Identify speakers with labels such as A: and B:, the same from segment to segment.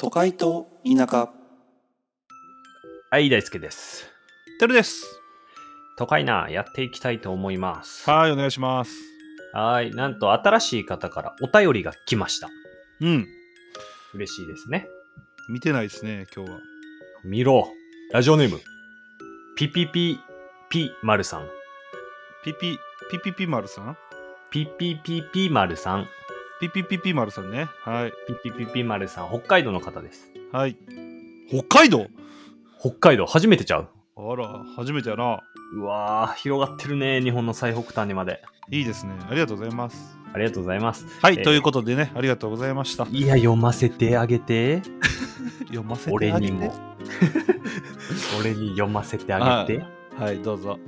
A: 都会と田舎
B: はい、大輔です。
C: てるです。
B: 都会な、やっていきたいと思います。
C: はい、お願いします。
B: はーい、なんと新しい方からお便りが来ました。
C: うん。
B: 嬉しいですね。
C: 見てないですね、今日は。
B: 見ろ。ラジオネーム。ピピピピマルさん。
C: ピピ、ピピピマルさん
B: ピピピピマルさん。
C: ピピピピマルさんね。はい。
B: ピピピピマルさん。北海道の方です。
C: はい。北海道
B: 北海道、初めてちゃう
C: あら、初めてやな。
B: うわー、広がってるね。日本の最北端にまで。
C: いいですね。ありがとうございます。
B: ありがとうございます。
C: はい、
B: えー
C: ということでね、ありがとうございました。
B: いや、読ませてあげて。
C: 読ませてあげ
B: 俺
C: て
B: にも。俺に読ませてあげて。
C: はい、どうぞ。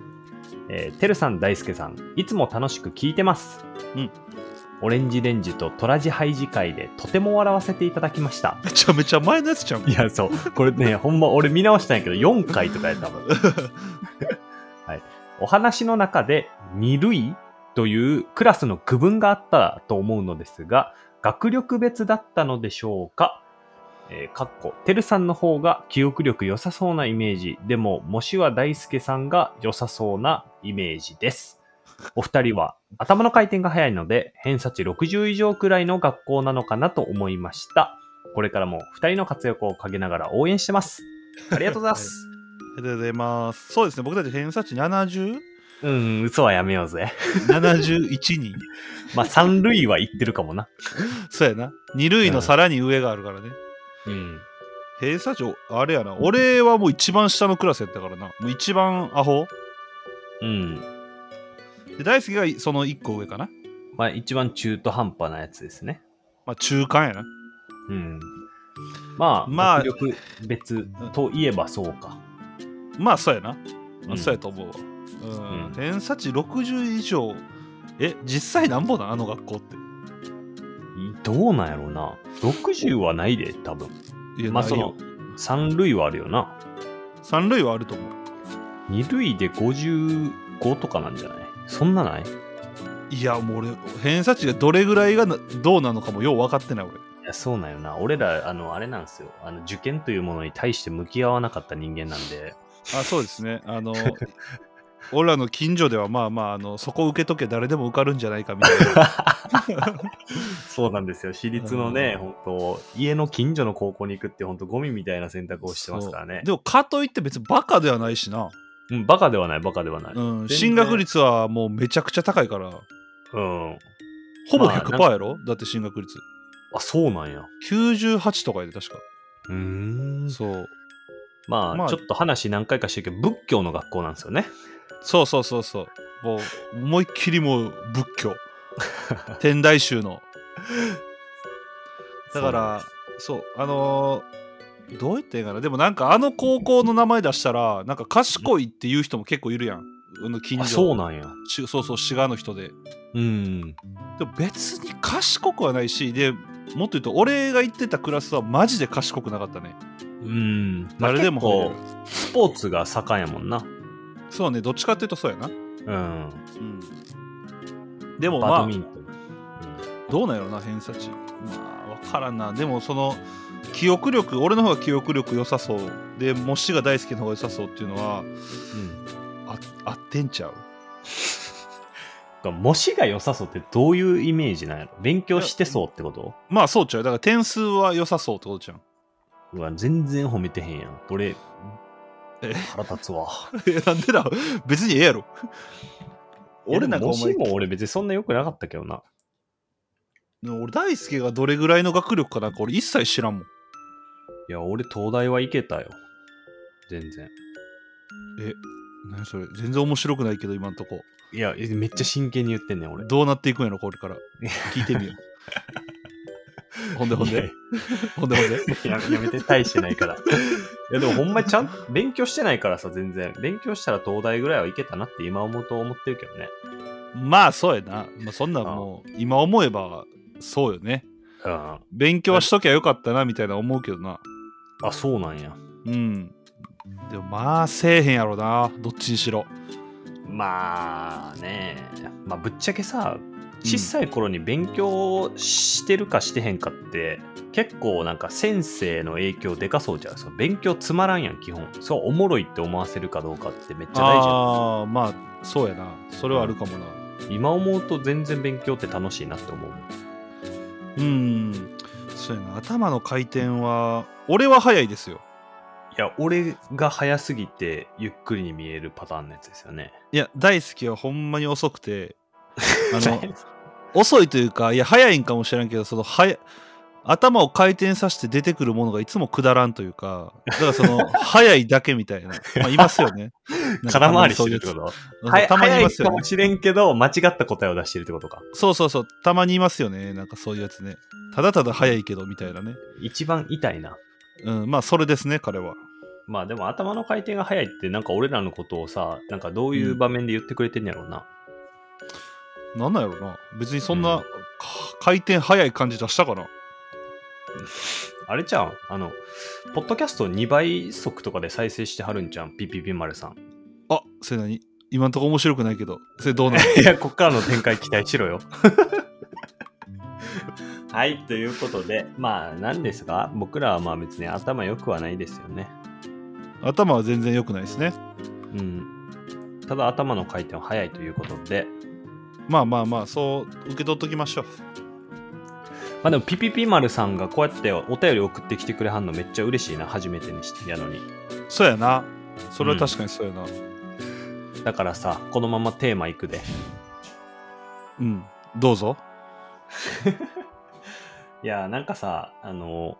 B: えー、てるさん、大輔さん、いつも楽しく聞いてます。
C: うん。
B: オレンジレンジとトラジハイジ会でとても笑わせていただきました。
C: めちゃめちゃ前のやつちゃうん。
B: いや、そう。これね、ほんま俺見直したんやけど、4回とかやった もん。はい。お話の中で、二類というクラスの区分があったと思うのですが、学力別だったのでしょうかえー、かっこ、てるさんの方が記憶力良さそうなイメージ。でも、もしは大輔さんが良さそうなイメージです。お二人は頭の回転が早いので、偏差値60以上くらいの学校なのかなと思いました。これからも2人の活躍を陰ながら応援してます。ありがとうございます。
C: ありがとうございます。そうですね、僕たち偏差値 70?71
B: うん、嘘 はやめようぜ。
C: 人。
B: まあ、三類は言ってるかもな。
C: そうやな。二類のさらに上があるからね。
B: うん。
C: 偏差値、あれやな。俺はもう一番下のクラスやったからな。もう一番アホ。
B: うん。
C: で、大輔がその一個上かな。
B: まあ、一番中途半端なやつですね。
C: まあ、中間やな。
B: うん。まあ、
C: まあ
B: 学力別といえばそうか。
C: まあ、そうやな。ま
B: うん
C: あ、そうやと思うわ。うん。
B: うん
C: 偏差値60以上。え、実際なんぼなんあの学校って。
B: どうなんやろうな。60はないで、多分。
C: いや、
B: まあ、
C: ない
B: その
C: よ。、
B: 三類はあるよな。
C: 三類はあると思う。
B: 二類で55とかなんじゃないそんなないい
C: いや、もう俺、偏差値がどれぐらいがなどうなのかもよう分かってない、俺。
B: や、そうなんよな。俺ら、あの、あれなんですよ。あの、受験というものに対して向き合わなかった人間なんで。
C: あ、そうですね。あ の、俺らの近所では、まあまあ、あのそこ受けとけ、誰でも受かるんじゃないかみたいな。
B: そうなんですよ。私立のね、
C: う
B: 本当家の近所の高校に行くって本当ゴミみたいな選択をしてますからね。
C: でもかといって別にバカではないしな、
B: うん、バカではない、バカではない。う。
C: うんん、
B: 然
C: 進学率はもうめちゃくちゃ高いからほぼ
B: まあ
C: 100%やろ、だって進学率
B: あ、そうなんや。
C: 98とかやで確か
B: うーん。
C: そう
B: まあ、
C: まあ
B: ちょっと話何回かしてるけど、仏教の学校なんですよね。
C: そうそうそうそうもう思いっきりもう仏 教天台宗のだか
B: そうなんで
C: ら
B: す
C: そうあのーどう言っていいかなでもなんかあの高校の名前出したらなんか賢いっていう人も結構いるやんあの近
B: あ、
C: 所
B: そうなんや。
C: しそうそう滋賀の人で
B: うん。
C: でも別に賢くはないしでもっと言うと俺が行ってたクラスはマジで賢くなかったね
B: うん。まあ
C: 誰でも入れる
B: 結構スポーツが盛んやもんな。
C: そうねどっちかっていうとそうやな、う
B: うん。
C: ん、でも
B: バド
C: ま
B: ミ
C: あ
B: ントン。
C: どうなんやろな偏差値まあ分からんなでもその記憶力俺の方が記憶力良さそうでもしが大好きの方が良さそうっていうのは
B: うん。
C: あ合ってんちゃう
B: うん。模試が良さそうってどういうイメージなんやろ勉強してそうってこと
C: まあそうちゃうだから点数は良さそう ってことじゃん
B: うわ、全然褒めてへんやん。俺、
C: え
B: 腹立つわ。
C: えなんでだ別にええやろ 俺
B: 俺
C: な
B: なんん
C: かお
B: かも
C: 前
B: しも俺別にそんな良くなかったけどな。
C: でも俺大輔がどれぐらいの学力かなんか俺一切知らんもん
B: いや、俺東大はいけたよ。全然。
C: 何それ全然面白くないけど今んとこ
B: いや、えめっちゃ真剣に言ってんねん、俺。
C: どうなっていくんやろこれから聞いてみよ うほんでほん
B: いや
C: でほんでほんで
B: ややめて、大してないから。いや、でもほんまちゃんと勉強してないからさ、全然。勉強したら東大ぐらいはいけたなって今思うと思ってるけどね。
C: まあそうやな、まあ、そんなんもう今思えばそうよね
B: うん。
C: 勉強はしときゃよかったなみたいな思うけどな
B: あ、そうなんや。
C: うんでもまあせえへんやろなどっちにしろ
B: まあね、まあ、ぶっちゃけさ、小さい頃に勉強してるかしてへんかって、結構なんか先生の影響でかそうじゃん。そう勉強つまらんやん、基本。そう、おもろいって思わせるかどうかってめっちゃ大事やん
C: ああまあそうやなそれはあるかもな
B: 今思うと全然勉強って楽しいなって思う。
C: うんそうやな頭の回転は俺は早いですよ
B: いや、俺が早すぎてゆっくりに見えるパターンのやつですよね。
C: いや大好きはほんまに遅くてあ の
B: の
C: 遅いというかいや早いんかもしれんけどそのはや頭を回転させて出てくるものがいつもくだらんというかだからそ の早いだけみたいな、まあ、いますよね
B: 空回りしてるってこと
C: と
B: は
C: たまにいます
B: 早いか
C: よ
B: も
C: ね
B: しれんけど、間違った答えを出してるってことか。
C: そうそうそうたまにいますよねなんかそういうやつねただただ早いけどみたいなね
B: 一番痛いな。
C: うんまあそれですね彼は
B: まあでも頭の回転が早いって、なんか俺らのことをさ、なんかどういう場面で言ってくれてんやろうな。
C: なんなんやろな別にそんな、
B: うん
C: か回転早い感じ出したかな
B: あれちゃん、あの、ポッドキャスト2倍速とかで再生してはるんじゃん、ピピピ丸さん。
C: あそれ何今んとこ面白くないけどそれどうなの
B: いや、こっからの展開期待しろよ。 はい、ということで、まあ、なんですが、僕らはまあ別に頭良くはないですよね。
C: 頭は全然良くないですね
B: うん。ただ頭の回転は早いということで、
C: まあまあまあそう受け取っときましょう
B: まあでもピピピ丸さんがこうやってお便り送ってきてくれはんのめっちゃ嬉しいな、初めてにしてやのに。
C: そうやなそれは確かにそうやなう
B: だからさ、このままテーマいくで。
C: ん、どうぞ
B: いや、なんかさ、あの、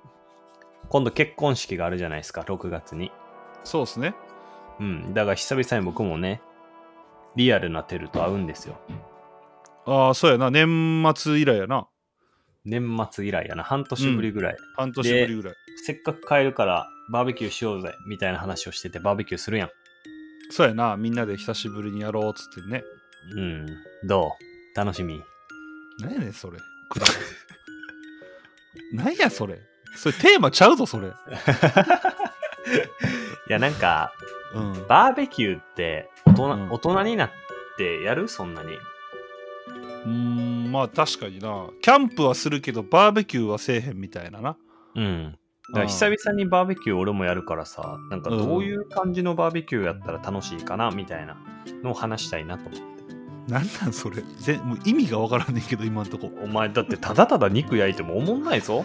B: 今度結婚式があるじゃないですか、6月に。
C: そうですね
B: うん。だが久々に僕もね、リアルなテルと会うんですよ。
C: ああそうやな年末以来やな
B: 年末以来やな、半年ぶりぐらい。
C: 半年ぶりぐらい
B: せっかく帰るから、バーベキューしようぜ、みたいな話をしてて、バーベキューするやん。
C: そうやなみんなで久しぶりにやろうっつってね
B: うん。どう楽しみ。
C: 何やねんそれくだらん 何やそれそれテーマちゃうぞそれ
B: いや、なんか、
C: うん
B: バーベキューって大人、
C: うん
B: 大人になってやるそんなに。
C: うーんまあ確かになキャンプはするけどバーベキューはせえへんみたいなな
B: うん。だから久々にバーベキュー俺もやるからさ、なんかどういう感じのバーベキューやったら楽しいかなみたいなのを話したいなと思って。
C: 何なんそれぜもう意味がわからんねんけど今んとこ
B: お前だってただただ肉焼いてもおもんないぞ。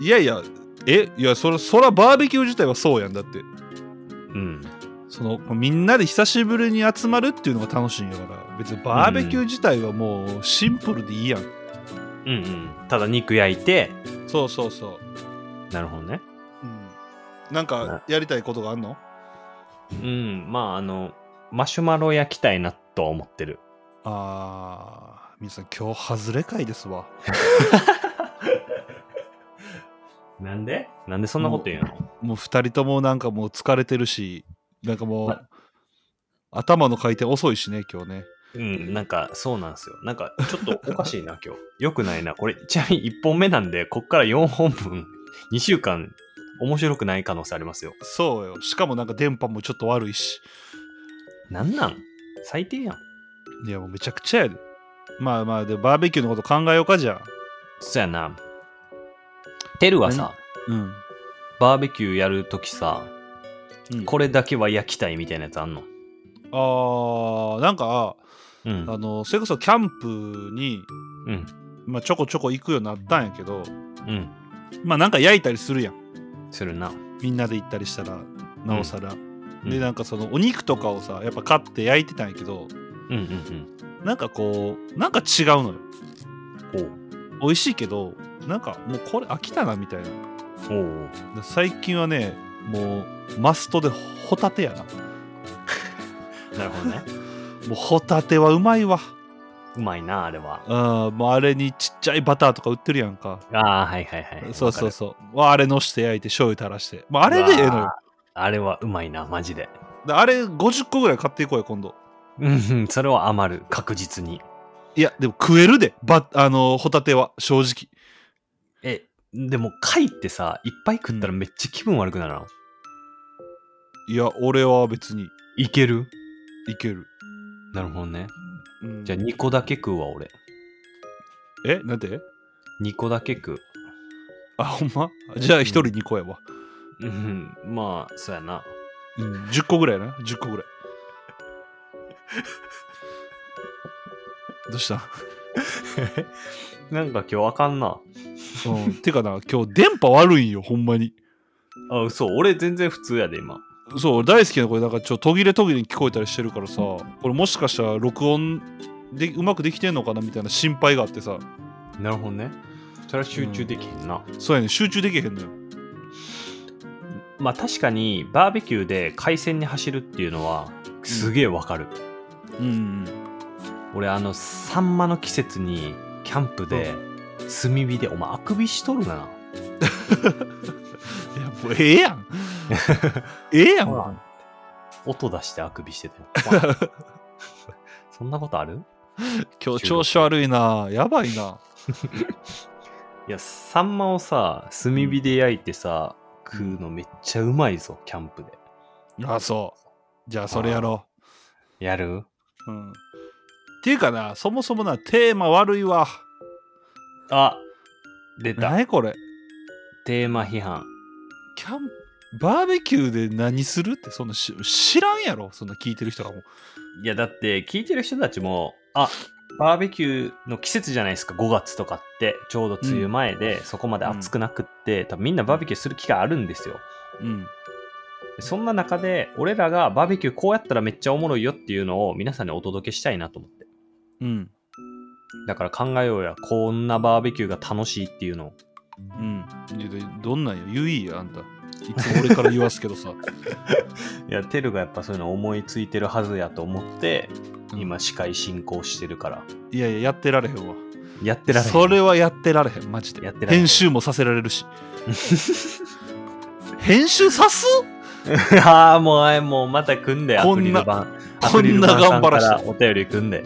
C: いやいやえいやそれそらバーベキュー自体はそうやんだって
B: うん。
C: そのみんなで久しぶりに集まるっていうのが楽しいんやから別にバーベキュー自体はもうシンプルでいいやん、
B: うんうん。ただ肉焼いて、
C: そうそうそう、
B: なるほどね。
C: うん、なんかやりたいことがあんの
B: うん。まああの、マシュマロ焼きたいなとは思ってる。
C: あー皆さん今日外れ会ですわ
B: なんでなんでそんなこと言うの
C: もう2人ともなんかもう疲れてるしなんかもう、
B: ま
C: 頭の回転遅いしね今日ね
B: うん、なんかそうなんですよ。なんかちょっとおかしいな、今日。 よくないな。これ、ちなみに1本目なんで、こっから4本分、2週間、面白くない可能性ありますよ。
C: そうよしかもなんか電波もちょっと悪いし
B: なんなん最低やん。
C: いやもうめちゃくちゃやでまあまあでバーベキューのこと考えようかじゃ
B: そやな。テルはさ、
C: あうん
B: バーベキューやるときさ、
C: うん
B: これだけは焼きたいみたいなやつあんの
C: あーなんかあ
B: うん。
C: のそれこそキャンプに、
B: うん。
C: まあ、ちょこちょこ行くようになったんやけど
B: うん。
C: まあなんか焼いたりするやん
B: するな。
C: みんなで行ったりしたらなおさら、
B: うん
C: でなんかそのお肉とかをさやっぱ買って焼いてたんやけど
B: うんうん
C: なんかこうなんか違うのよ
B: うん。
C: 美味しいけどなんかもうこれ飽きたなみたいな
B: おう。おう。
C: で最近はねもうマストでホタテやな
B: なるほどね。
C: もうホタテはうまいわ
B: うまいな、あれは。
C: あもうあれにちっちゃいバターとか売ってるやんか
B: ああ、はいはいはい。
C: そうそう
B: わかる。
C: そうわあれのして焼いて醤油垂らして、まあ、あれでええの
B: う
C: よ
B: わあれはうまいな、マジで。
C: であれ50個ぐらい買っていこうよ今度
B: うん、それは余る、確実に。
C: いやでも食えるでばあのホタテは正直
B: え、でも貝ってさ、いっぱい食ったらめっちゃ気分悪くなるの、
C: いや俺は別に
B: いける
C: いける
B: なるほどね。
C: うん
B: じゃあ2個だけ食うわ、俺。
C: えなんで
B: 2個だけ食う。
C: あ、ほんまじゃあ1人2個やわ。
B: うん、まあ、そうやな。
C: うん、10個ぐらいやな。10個ぐらい。どうした
B: なんか今日あかんな。
C: うん。 てかな、今日電波悪いんよ、ほんまに。
B: あ、嘘。俺全然普通やで、今。
C: そう、大好きな声、なんかちょっと途切れ途切れに聞こえたりしてるからさ、これもしかしたら録音でうまくできてんのかなみたいな心配があってさ、
B: なるほどね。それは集中できへんな。
C: そうやねん、集中できへんのよ。
B: まあ確かに、バーベキューで海鮮に走るっていうのは、すげえわかる。
C: うん、
B: 俺、あの、サンマの季節に、キャンプで、炭火で、お前、あくびしとるな。
C: いや、もうええやん。ええやん。
B: ま音出してあくびして たよ。わそんなことある
C: 今日調子悪いな。やばいな。
B: いや、サンマをさ、炭火で焼いてさ、食うのめっちゃうまいぞ、キャンプで。
C: あ、そう。じゃあ、それやろ
B: やる
C: う。うん。っていうかな、そもそもな、テーマ悪いわ。
B: あ出た。
C: 何これ。
B: テーマ批判。
C: キャンバーベキューで何するって、そんなし知らんやろ。そんな聞いてる人がもう。
B: いや、だって、聞いてる人たちも、あバーベキューの季節じゃないですか、5月とかって、ちょうど梅雨前で、そこまで暑くなくって、多分みんなバーベキューする機会あるんですよ。
C: うん。
B: そんな中で、俺らがバーベキューこうやったらめっちゃおもろいよっていうのを皆さんにお届けしたいなと思って。
C: うん。
B: だから考えようや、こんなバーベキューが楽しいっていうのを。
C: うん。いやでどんなんよ。言いや、あんた。いつも俺から言わすけどさ。
B: いや、テルがやっぱそういうの思いついてるはずやと思って、
C: うん
B: 今、司会進行してるから。
C: いやいや、やってられへんわ。
B: やってられへん
C: それはやってられへん、マジで。
B: やってられへん
C: 編集もさせられるし。編集さす
B: ああ、もう、あいもう、また組ん で、ア
C: こ
B: クリ
C: ん
B: ル
C: な
B: 板。
C: こんな頑張らし
B: アクリル板さんからお便り組んで。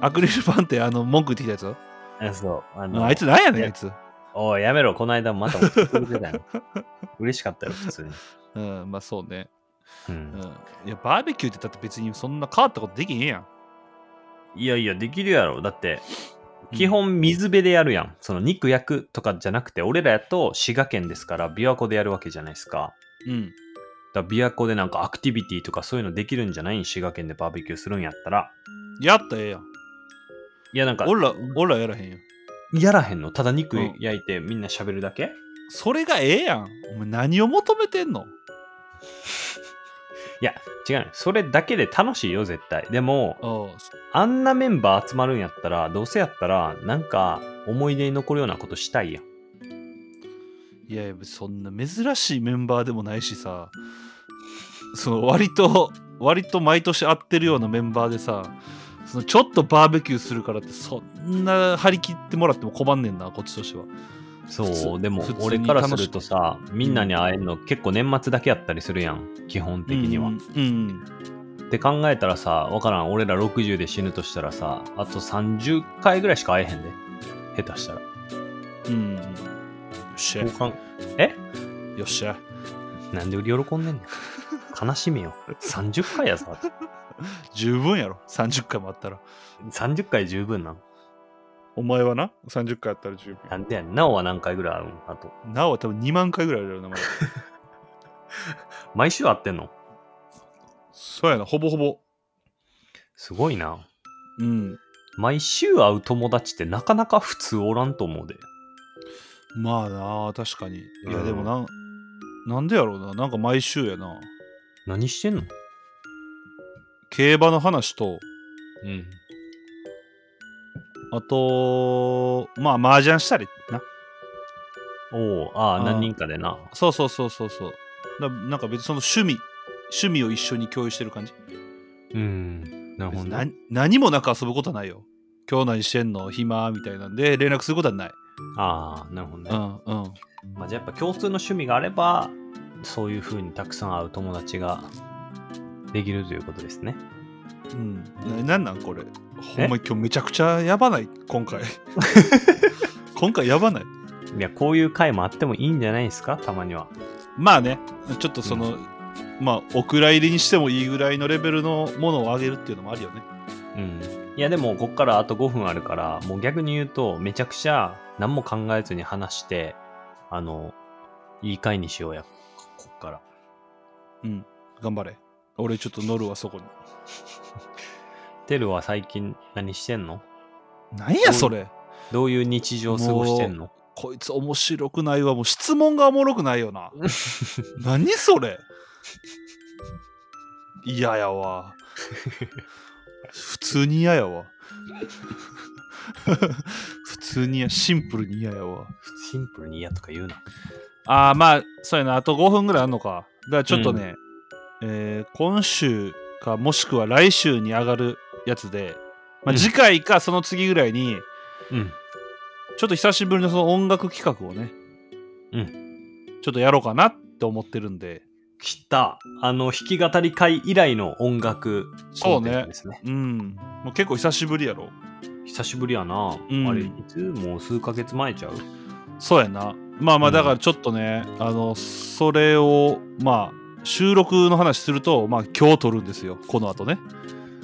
C: アクリル板ってあの文句言ってきたやつだ
B: あそう。あ
C: あ
B: の、
C: あいつなんやねん、
B: ね
C: あいつ。
B: おい、やめろ、この間もまた送ってくれてたよ。嬉しかったよ、普通に。
C: うん、まあそうね。
B: う
C: うん
B: ん。。
C: いや、バーベキューってだって別にそんな変わったことできへんやん。
B: いやいや、できるやろ。だって、基本、水辺でやるやん。その、肉焼くとかじゃなくて、俺らやと滋賀県ですから、琵琶湖でやるわけじゃないですか。
C: うん。
B: だから琵琶湖でなんかアクティビティとかそういうのできるんじゃない滋賀県でバーベキューするんやったら。
C: やったらええやん。
B: いや、なんか、
C: 俺ら、俺らやらへんよ。
B: やらへんのただ肉
C: うん
B: 焼いてみんな喋るだけ、
C: それがええやん。お前何を求めてんの
B: 違うのそれだけで楽しいよ、絶対。でも、
C: おう
B: あんなメンバー集まるんやったら、どうせやったら、なんか、思い出に残るようなことしたいやん。
C: いやいや、そんな珍しいメンバーでもないしさ、その割と、割と毎年会ってるようなメンバーでさ、そのちょっとバーベキューするからって、そんな張り切ってもらっても困んねんな、こっちとしては。
B: そう、
C: 普通
B: でも
C: 普通、に
B: 俺からするとさ、みんなに会えるの結構年末だけやったりするやん。基本的には。
C: うん。うん
B: って考えたらさ、わからん。俺ら60で死ぬとしたらさ、あと30回ぐらいしか会えへんで。下手したら。
C: うん。よっしゃ。よ
B: 交換え
C: っしゃ。
B: なんで喜んでん ねん。悲しみよ。30回やさ。
C: 十分やろ。30回もあったら。
B: 30回十分なん。
C: お前はな、30回あったら十分。
B: なんでやねん。なおは何回ぐらいあるんあと。
C: なおは多分2万回ぐらいあるよな、まだ
B: 毎週会ってんの
C: そうやな、ほぼほぼ。
B: すごいな。
C: うん。
B: 毎週会う友達ってなかなか普通おらんと思うで。
C: まあなあ確かに。いや、
B: うん
C: でもなん、なんでやろうな。なんか毎週やな。
B: 何してんの
C: 競馬の話と、
B: うん。
C: あと、まあ、麻雀したりな。
B: おお、あ
C: あ
B: あ、
C: ー
B: 何人かでな。
C: そうそうそうそうそう。だなんか別にその趣味、趣味を一緒に共有してる感じ。
B: うん。なる
C: 別
B: ほど
C: に
B: ね。
C: 何何もなく遊ぶことはないよ。今日何してんの暇みたいなんで連絡することはない。
B: ああ、なるほどね。
C: うんうん。
B: まあ、じゃあやっぱ共通の趣味があれば、そういう風にたくさん会う友達ができるということですね。
C: うん、ななんなんこれほんまに今日めちゃくちゃやばない今 回今回やばない
B: いや、こういう回もあってもいいんじゃないですかたまには。
C: まあねちょっとその、まあお蔵入りにしてもいいぐらいのレベルのものをあげるっていうのもあるよね
B: うん。いや、でも、こっからあと5分あるから、もう逆に言うと、めちゃくちゃ何も考えずに話して、あの、いい回にしようや、ここっから。
C: うん頑張れ俺ちょっと乗るわそこに
B: テルは最近何してんの
C: なんやそれ
B: どういう日常を過ごしてんの
C: こいつ面白くないわもう質問がおもろくないよ な何それ嫌やわ普通に嫌やわ 普通に嫌シンプルに嫌やわ
B: シンプルに嫌とか言うな。
C: ああまあそうやなあと5分ぐらいあんのかだからちょっとね、えー今週かもしくは来週に上がるやつで、まあ、
B: うん
C: 次回かその次ぐらいに、
B: うん。
C: ちょっと久しぶりのその音楽企画をね、、
B: うん
C: ちょっとやろうかなって思ってるんで、
B: 来た。あの、弾き語り会以来の音楽
C: そうね
B: コンテンツですね。
C: うん、もう結構久しぶりやろ。
B: 久しぶりやな。
C: うん
B: あれ、いつもう数ヶ月前ちゃう
C: そうやな。まあま
B: う
C: あ、
B: ん
C: だからちょっとね、あの、それを、まあ、収録の話すると、まあ、今日撮るんですよ、この後ね。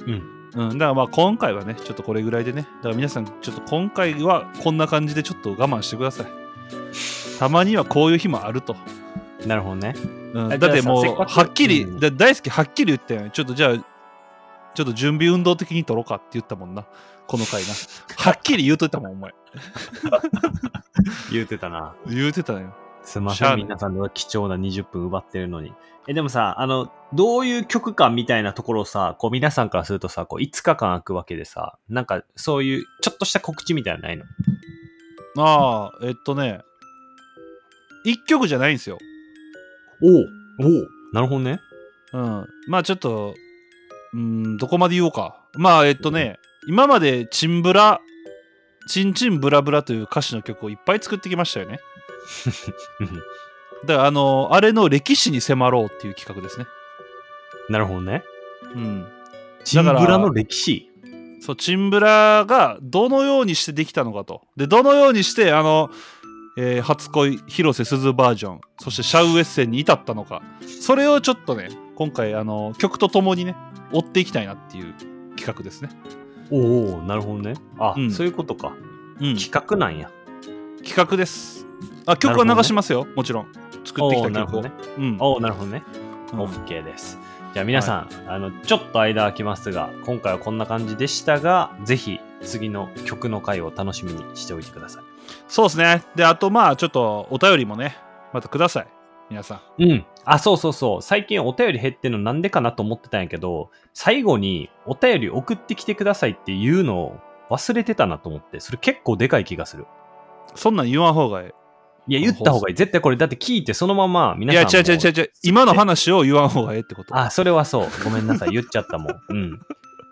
B: うん。
C: うん、だからまあ、今回はね、ちょっとこれぐらいでね、だから皆さん、ちょっと今回はこんな感じでちょっと我慢してください。たまにはこういう日もあると。
B: なるほどね。
C: うん
B: あ
C: だって
B: じゃ
C: もう
B: あさせっかく
C: はっきり、
B: うん
C: だ大好きはっきり言ったよちょっとじゃあちょっと準備運動的に取ろうかって言ったもんなこの回なはっきり言うといたもんお前
B: 言うてたな。
C: 言うてたよ
B: すみま
C: しゃあ
B: せん、
C: ない
B: 皆さんの貴重な20分奪ってるのに。え、でもさ、あの、どういう曲かみたいなところをさ、こう皆さんからするとさ、こう5日間空くわけでさ、なんかそういうちょっとした告知みたいなのないの
C: ああえっとね一曲じゃないんですよ
B: おおなるほどね。
C: うんまあちょっとうんどこまで言おうかまあえっとね今までチンブラチンチンブラブラという歌詞の曲をいっぱい作ってきましたよね
B: うん
C: だからあのあれの歴史に迫ろうっていう企画ですね
B: なるほどね。
C: うん
B: チンブラの歴史。
C: そうチンブラがどのようにしてできたのかとでどのようにしてあの、えー初恋広瀬すずバージョンそしてシャウエッセンに至ったのかそれをちょっとね今回あの曲とともにね追っていきたいなっていう企画ですね、
B: おおなるほどね。あ、
C: うん
B: そういうことか。
C: うん、
B: 企画なんや。
C: 企画ですあ曲は
B: なるほどね
C: 流しますよ、もちろん作ってき
B: お
C: た
B: ーなる
C: 曲
B: ほ
C: を、
B: どね。
C: うん
B: おおなるほどね。
C: うん
B: OK です。じゃあ皆さん、あの、ちょっと間空きますが、今回はこんな感じでしたが、ぜひ次の曲の回を楽しみにしておいてください。
C: そうですねであとまあちょっとお便りもねまたください皆さん
B: うん。あ、そうそうそう。最近お便り減ってるのなんでかなと思ってたんやけど、最後にお便り送ってきてくださいっていうのを忘れてたなと思って、それ結構でかい気がする。
C: そんなん言わん方がいい
B: いや、言った方がいい。絶対これ、だって聞いてそのまま皆
C: い
B: さ
C: や
B: ん
C: 違
B: も。
C: う違う違う違う今の話を言わん方がええってこと
B: あ、それはそう。ごめんなさい。言っちゃったもん。うん。だか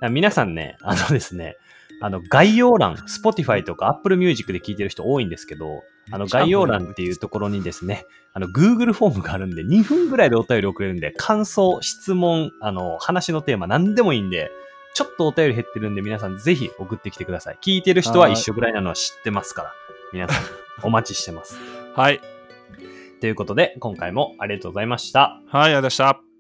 B: ら皆さんね、あのですね、あの、概要欄、Spotify とか Apple Music で聞いてる人多いんですけど、あの、概要欄っていうところにですね、あの、Google フォームがあるんで、2分ぐらいでお便り送れるんで、感想、質問、あの、話のテーマ、何でもいいんで、ちょっとお便り減ってるんで、皆さんぜひ送ってきてください。聞いてる人は一緒ぐらいなのは知ってますから、皆さん、お待ちしてます。
C: はい
B: ということで、今回もありがとうございました。
C: はい、ありがとうございました。